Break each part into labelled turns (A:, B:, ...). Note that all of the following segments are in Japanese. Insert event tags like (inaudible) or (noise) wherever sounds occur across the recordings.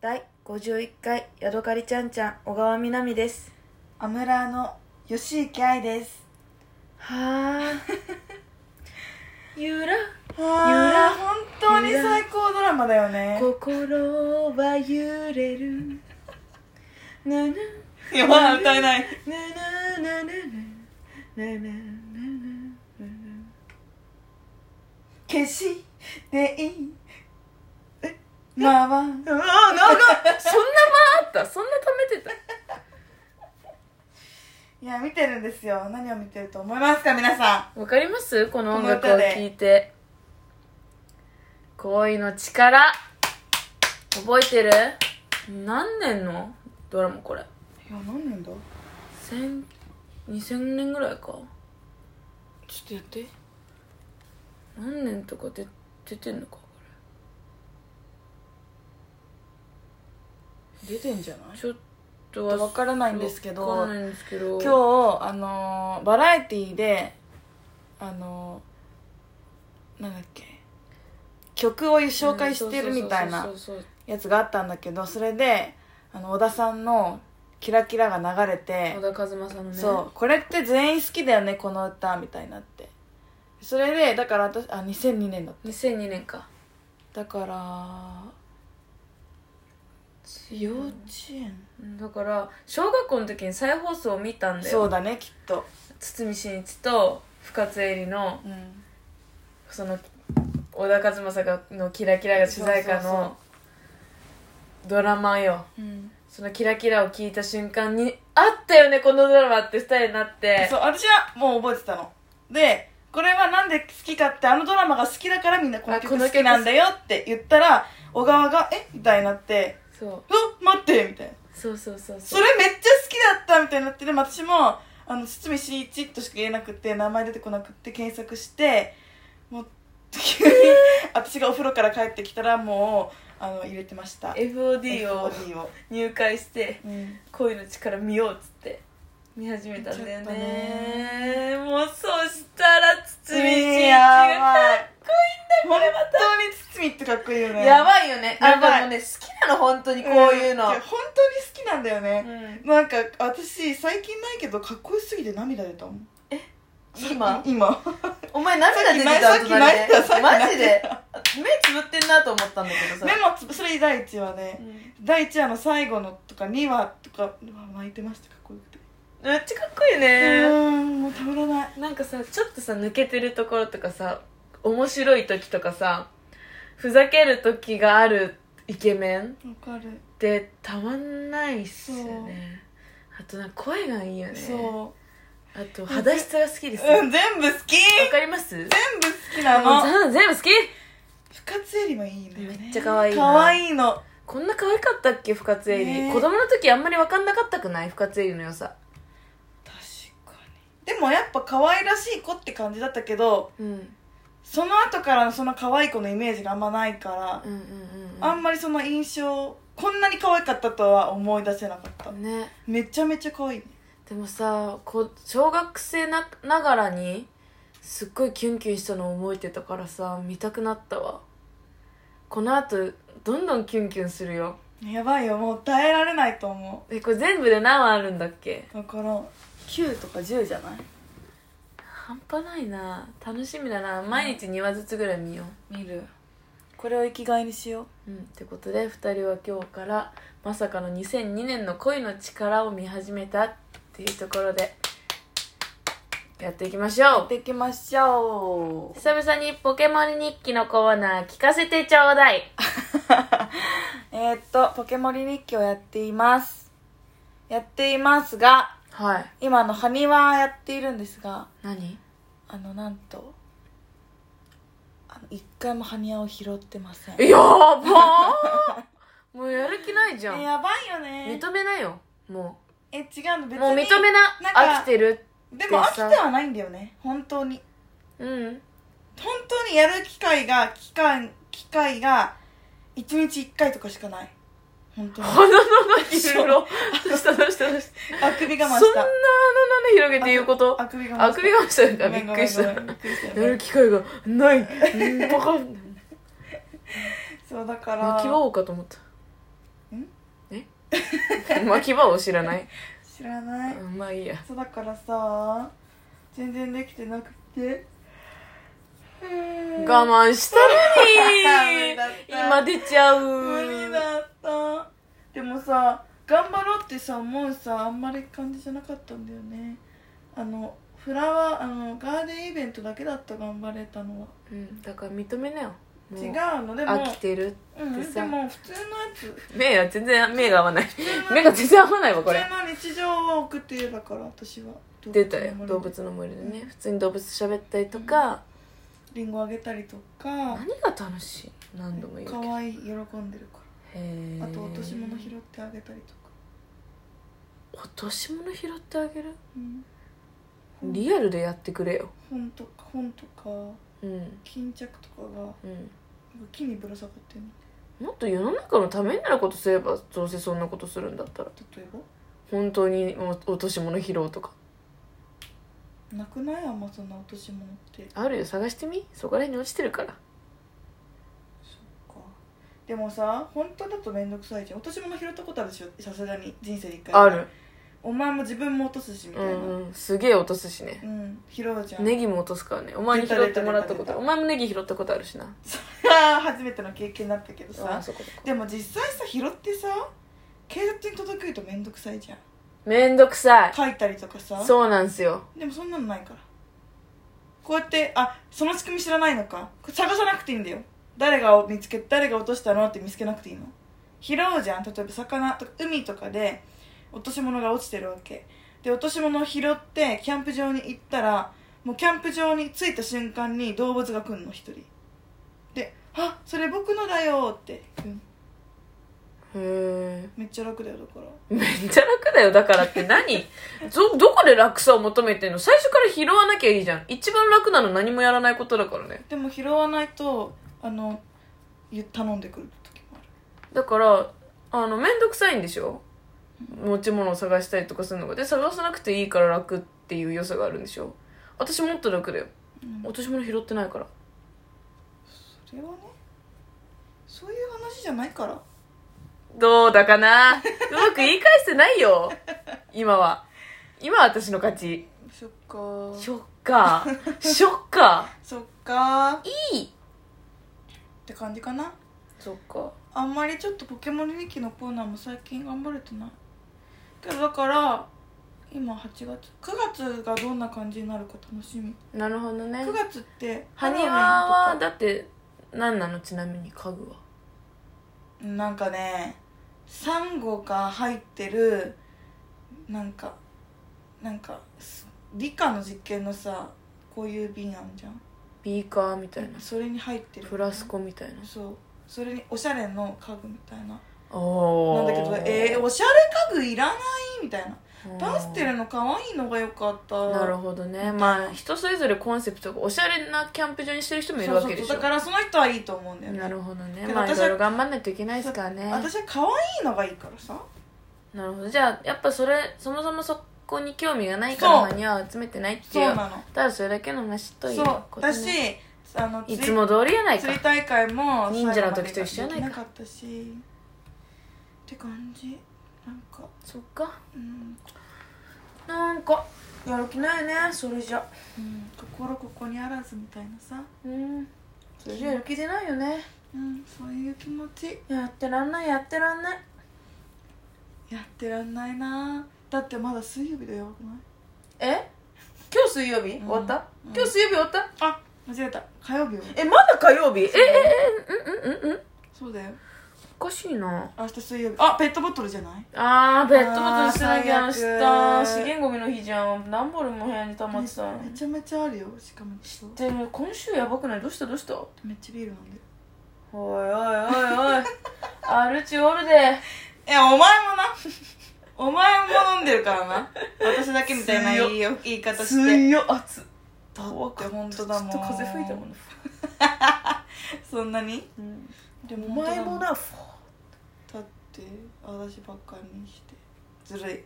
A: 第51回ヤドカリちゃんちゃん小川みなみです
B: アムラーの吉池愛です。
A: はあゆら
B: ゆ
A: ら
B: ら本当に最高ドラマだよね。
A: 心は揺れるなな
B: いやまだ歌えない。
A: ななななななななな
B: 消していい。まわ
A: ななあなんかそんな間あったそんな溜めてた
B: いや見てるんですよ。何を見てると思いますか皆さ
A: わかりますこの音楽
B: この
A: を
B: 歌で
A: 聴いて恋の力覚えてる何年のドラマこれ
B: ん。いや何年だ。
A: 千2000年ぐらいか
B: ちょっとやって。
A: 何年とかで出てんのかこ
B: 出てんじゃない
A: れ。ちょっと
B: わからないんですけど
A: わかんないんですけど
B: 今日あのーバラエティーであのーなんだっけ曲を紹介してるみたいな
A: そうそうそうそう
B: やつがあったんだけどそれであの小田さんの「キラキラ」が流れて
A: 小、田和正のね
B: そうこれって全員好きだよねこの歌みたいになってそれでだから私あ2002年だ
A: 2002年か
B: だから幼稚園
A: うんだから小学校の時に再放送を見たんだよ
B: そうだねきっと
A: 堤真一と深津絵里の
B: うん
A: その小田和正がの「キラキラ」が主題歌
B: そうそう
A: のドラマよ
B: うん
A: その「キラキラ」を聞いた瞬間に「あったよねこのドラマ」って二人になって
B: そう私はもう覚えてたのでこれはなんで好きかってあのドラマが好きだからみんなこの
A: あこ
B: 曲
A: の
B: 好
A: 曲
B: きなんだよって言ったら小川が「えみたいになって
A: そう
B: 「うわ待って」みたいな
A: そうそうそう
B: そ
A: そう
B: れめっちゃ好きだったみたいになってでも私もあの堤真一としか言えなくて名前出てこなくて検索してもう急に私がお風呂から帰ってきたらもうあの入れてましたを
A: FOD を入会して
B: うん
A: 「恋の力見よう」っつって見始めたんだよねもうそしたら堤真一
B: や
A: が
B: ばい
A: こ
B: 本
A: れま
B: 当に堤ってかっこいいよね
A: やばいよねあ
B: やばい
A: でもね好きなの本当にこういうの
B: ん本当に好きなんだよね、
A: うん
B: なんか私最近ないけどかっこよすぎて涙出たもん
A: 今
B: 今
A: お前涙出てた
B: さっき泣いたさっき
A: マジ
B: 泣いて
A: で目つぶってんなと思ったんだけどさ
B: メモつそれ第1話ね、
A: うん
B: 第1話の最後のとか2話とかうわ泣いてましたかっこよくて
A: めっちゃかっこいいうね
B: ーんもうたまらない
A: なんかさちょっとさ抜けてるところとかさ面白い時とかさふざける時があるイケメンっ
B: わかる、
A: てたまんないっすよねあとなんか声がいいよね
B: そ
A: あと肌質が好きです
B: う、う
A: わ
B: ん、全部好き
A: かります全
B: 全部好きなの
A: 部全部好き
B: 深津絵里もいいんだよね
A: めっちゃ可愛いな
B: 可愛いの
A: こんな可愛かったっけ深津絵里、
B: ね
A: 子供の時あんまり分かんなかったくない深津絵里の良さ
B: 確かにでもやっぱ可愛らしい子って感じだったけど
A: うんうん
B: その後からのその可愛い子のイメージがあんまないから、
A: うんうんうん
B: あんまりその印象こんなに可愛かったとは思い出せなかった
A: ね
B: めちゃめちゃ可愛い
A: でもさこ小学生なながらにすっごいキュンキュンしたのを覚えてたからさ見たくなったわこのあとどんどんキュンキュンするよ
B: やばいよもう耐えられないと思
A: えこれ全部で何話あるんだっけ
B: うだから9とか10じゃない
A: 半端ないな楽しみだな毎日2話ずつぐらい見よ
B: 見るこれを生きがいにしよ
A: ううんってことで2人は今日からまさかの2002年の恋の力を見始めたっていうところでやっていきましょ
B: う
A: う
B: できましょう
A: 久々にポケモン日記のコーナー聞かせてちょうだい
B: えー、っとポケモリ日記をやっていますやっていますが
A: はい
B: 今あのハニワやっているんですが
A: 何
B: あのなんとあの一回もハニワを拾ってません
A: やばーもうやる気ないじゃ
B: え
A: ん
B: やばいよね
A: 認めなよも
B: え違うの
A: う
B: 別に
A: もう認めな
B: なんか
A: 飽きてる
B: でも飽きてはないんだよね本当に
A: うん
B: 本当にやる機会が期間機会が1日1回とかしかない本
A: (laughs)
B: 当に
A: 鼻の穴広ろどうしたどうしたどうした
B: あくび
A: そんな
B: 我
A: 鼻
B: 慢し
A: の
B: た
A: 穴広げて言うこと
B: あくび我慢
A: あ
B: した
A: くびが落ちた
B: ご
A: び
B: め
A: っ
B: ん
A: くりした
B: ごめ
A: や
B: んごめんびっくりしたよ
A: る
B: ね
A: 機会がないうんバカ
B: そうだから
A: 泣き合おうかと思った巻き場を知らない
B: 知らない、
A: うんまあいいや
B: そうだからさ全然できてなくて
A: 我
B: 我
A: 慢したのに
B: 無理だった
A: 今出ちゃ
B: 無
A: う
B: 理だったでもさ頑張ろうってさ思うさあんまり感じじゃなかったんだよねあのフラワーあのガーデンイベントだけだった頑張れたのは
A: うん、だから認めなよもう
B: 違うのでも
A: 飽きてる
B: うん、
A: さ
B: でも普通のやつ
A: 目が全然目が合わ
B: (laughs)
A: ない目が全然合わないわこ
B: 普通
A: れ
B: の日常を送っていればから私は
A: 出たよ動
B: の
A: 物の森でね普通に動物喋ったりとか、
B: りんごあげたりとか
A: 何が楽しい何度も言うけど
B: 可愛い喜んでるか
A: へ
B: ら
A: ー
B: あと落とし物拾ってあげたりとか、
A: 落とし物拾ってあげる
B: うん、本
A: リアルでやってくれよ
B: 本とか本とか
A: うん
B: 巾着とかが
A: うん
B: 木にぶら下がってるの
A: もっと世の中のためになることすればどうせそんなことするんだったら
B: 例え
A: 本当にもう落とし物拾うとか
B: ばなくないあんまそんな落とし物って
A: あるよ探してみそこら辺に落ちてるから
B: そっかでもさ本当だと面倒くさいじゃん落とし物拾ったことあるでしょさすがに人生で一回
A: ある
B: お前も自分も落とすしみ
A: う
B: たいな、
A: んうんすげえ落とすしね
B: うん、拾うじゃん、
A: ネギも落とすからねお前に拾ってもらったこ
B: 出た
A: と
B: 出た出た
A: お前もネギ拾ったことあるしな
B: (laughs) 初めての経験だったけど
A: あ
B: さ
A: そこそこ
B: でも実際さ拾ってさ警察に届けると面倒くさいじゃん
A: めんどくさい
B: 書いたりとかさ
A: そうなんすよ
B: でもそんなのないからこうやってあその仕組み知らないのかこれ探さなくていいんだよ誰が見つけ誰が落としたのって見つけなくていいの拾うじゃん例えば魚とか海とかで落とし物が落ちてるわけで落とし物を拾ってキャンプ場に行ったらもうキャンプ場に着いた瞬間に動物が来んの一人で「あそれ僕のだよ」って、うん、
A: へえ
B: めっちゃ楽だよだから
A: めっちゃ楽だよだからって何 (laughs) どどこで楽さを求めてんの最初から拾わなきゃいいじゃん一番楽なの何もやらないことだからね
B: でも拾わないとあのゆ頼んでくる時もある
A: だからあのめんどくさいんでしょ持ち物を探したりとかするのがで探さなくていいから楽っていう良さがあるんでしょ私もっと楽だよ、
B: うん
A: 落とし物拾ってないから
B: それはねそういう話じゃないから
A: どうだかなうまく言い返してないよ今は今は私の勝ち
B: そっか
A: ショッカーショッカ
B: そっかっ
A: ーいい
B: て感じかな
A: そっか
B: あんまりちょっとポケモン日記のコーナーも最近頑張れてないけどだから今8月9月がどんな感じになるか楽しみ
A: なるほどね
B: 9月って
A: ハニワ
B: ハ
A: は
B: ロウィンと
A: だって何なのちなみに家具は
B: かなんかねサンゴが入ってるなんかなんかす理科の実験のさこういう瓶あんじゃん
A: ビーカーみたいな
B: それに入ってる
A: フラスコみたいな
B: そうそれにおしゃれの家具みたいな
A: お
B: な
A: お
B: んだけどえー、おしゃれ家具いらないみたいなパステルの可愛いのが良かった
A: なるほどねまあ人それぞれコンセプトがおしゃれなキャンプ場にしてる人もいるわけで
B: そうそう
A: し
B: そう
A: ょ
B: だからその人はいいと思うんだよね
A: なるほどね
B: で
A: まあい
B: 私
A: ろ
B: はい
A: ろ頑張んないといけないですからね
B: 私は可愛いのがいいからさ
A: なるほどじゃあやっぱそれそもそもそこに興味がないか
B: そ
A: ら
B: う
A: マニアを集めてないって
B: そう
A: いう
B: なの
A: ただそれだけの話という
B: そう
A: こと
B: だ
A: ね
B: しあの
A: いつも通りやない
B: 釣
A: か
B: り大会も
A: 忍者の時と一緒やないか
B: 最後までできなかったしって感じなんか
A: そっか
B: うん、
A: なんかやる気ないねそれじゃ
B: うん、心ここにあらずみたいなさ
A: うんそれじゃやる気出ないよね
B: うんそういう気持ち
A: やってらんないやってらんない
B: やってらんないなだってまだ水曜日でやばくない
A: え今日水曜日、
B: う
A: 終
B: ん
A: わった、
B: うん
A: 今日水曜日終わった
B: あ間違えた火曜日よ
A: えまだ火曜日ええええうんうんうんうん
B: そうだよ
A: おかしいな
B: 明日水曜日あペットボトルじゃない
A: あーペットボトルしてなきゃ
B: あ
A: 明
B: ー最
A: 日
B: 悪
A: 資源ゴミの日じゃん段ボールも部屋に溜まってたの
B: めちゃめちゃあるよしかもちょっと
A: でも今週やばくないどうしたどうした
B: めっちゃビール飲んでる
A: おいおいおい (laughs) おいアルチオールで
B: いやお前もなお前も飲んでるからな私だけみたいな言いよ言い方して
A: 曜熱だ
B: 怖くて本当だもん
A: ちょっと風吹いたもんね、
B: そんなに
A: うん、
B: で
A: お前もなフォー
B: だって私ばっかりにしてずるい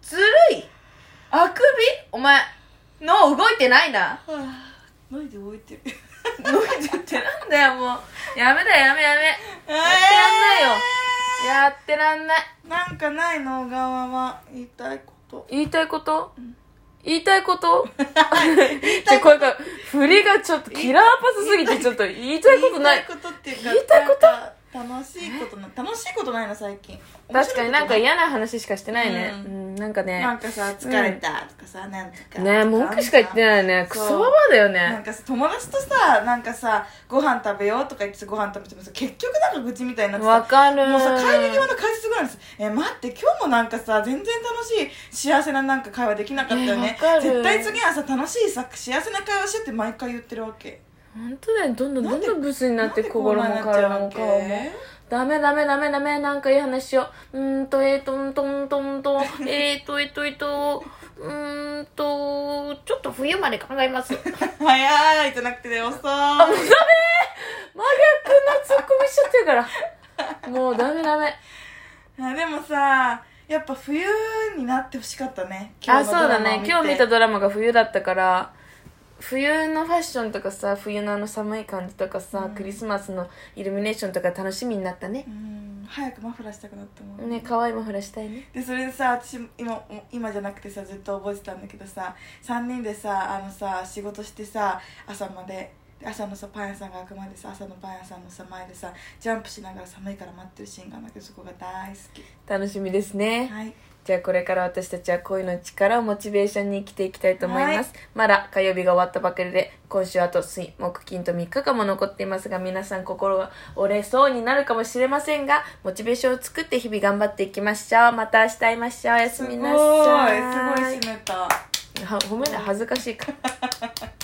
A: ずるいあくびお前脳動いてないな
B: はあ脱いで動い (laughs) てる (laughs)
A: 動いてってなんだよもうやめだやめやめ
B: えー
A: やってらんないよやってらんない
B: なんかないの小川は言いたいこと
A: 言いたいこと言いたい (laughs) こと
B: 言い
A: じ
B: た
A: ゃ
B: い
A: こ
B: こ
A: れが振りがちょっとキラーパスすぎてちょっと言いたいこととない
B: 言いたいことっていうか
A: 言いたいこと
B: 楽しいことな楽しいことないの最近
A: 確かになんか
B: 面白いこ
A: 嫌な話しかしてないねう
B: うん
A: なんか
B: とない
A: ね
B: なんかさ疲れたとかさ、なんとか
A: ね文句しか言って
B: い
A: ないねク
B: そう
A: ソババアだよ
B: な
A: ね
B: んかさ友達とさなんかさご飯食べようとか言ってさご飯食べてもさ結局なんか愚痴みたいになってさ
A: わかる
B: もうさ帰り際の解説ぐらいですえ待って今日もなんかさ全然楽しい幸せななんか会話できなかったよね
A: えわかる
B: 絶対次はさ楽しいさ幸せな会話しようって毎回言ってるわけ
A: 本当だよどんどんどんどんブスになって
B: なんでこう
A: 心
B: な
A: も
B: っち
A: 体
B: ゃう
A: も
B: わけ
A: 顔もダメダメダメダメなんかいい話しよううーんとえーとうんとうんと (laughs) うんとえーとえーとえーとうーんとちょっと冬まで考えます真逆な
B: 早いじゃなくてね遅い
A: ツッコミしちゃってるからもうダメダメ
B: あでもさやっぱ冬になってほしかったね
A: あそうだね今日見た
B: と
A: ドラマが冬だったから冬のファッションとかさ冬のあの寒い感じとかさ、
B: うん
A: クリスマスのイルミネーションとか楽しみになったね
B: うん早くマフラーしたくなったもん
A: ね可愛いもフラしたいね
B: でそれでさ私今今じゃなくてさずっと覚えてたんだけどさ3人でさあのさ仕事してさ朝までで朝のさパン屋さんが開くまでさ朝のパン屋さんのさ前でさジャンプしながら寒いから待ってるシーンがあるんだけどそこが大好き
A: 楽しみですね、
B: はい
A: じゃあこれから私たちは恋の力をモチベーションに生きていきたいと思います、まだ火曜日が終わったばかりで今週あと水木金と3日間も残っていますが皆さん心が折れそうになるかもしれませんがモチベーションを作って日々頑張っていきましょうまた明日会いましょうおやす
B: すごい
A: み
B: す
A: なさい
B: ごい締めた
A: は褒めない恥ずかしいから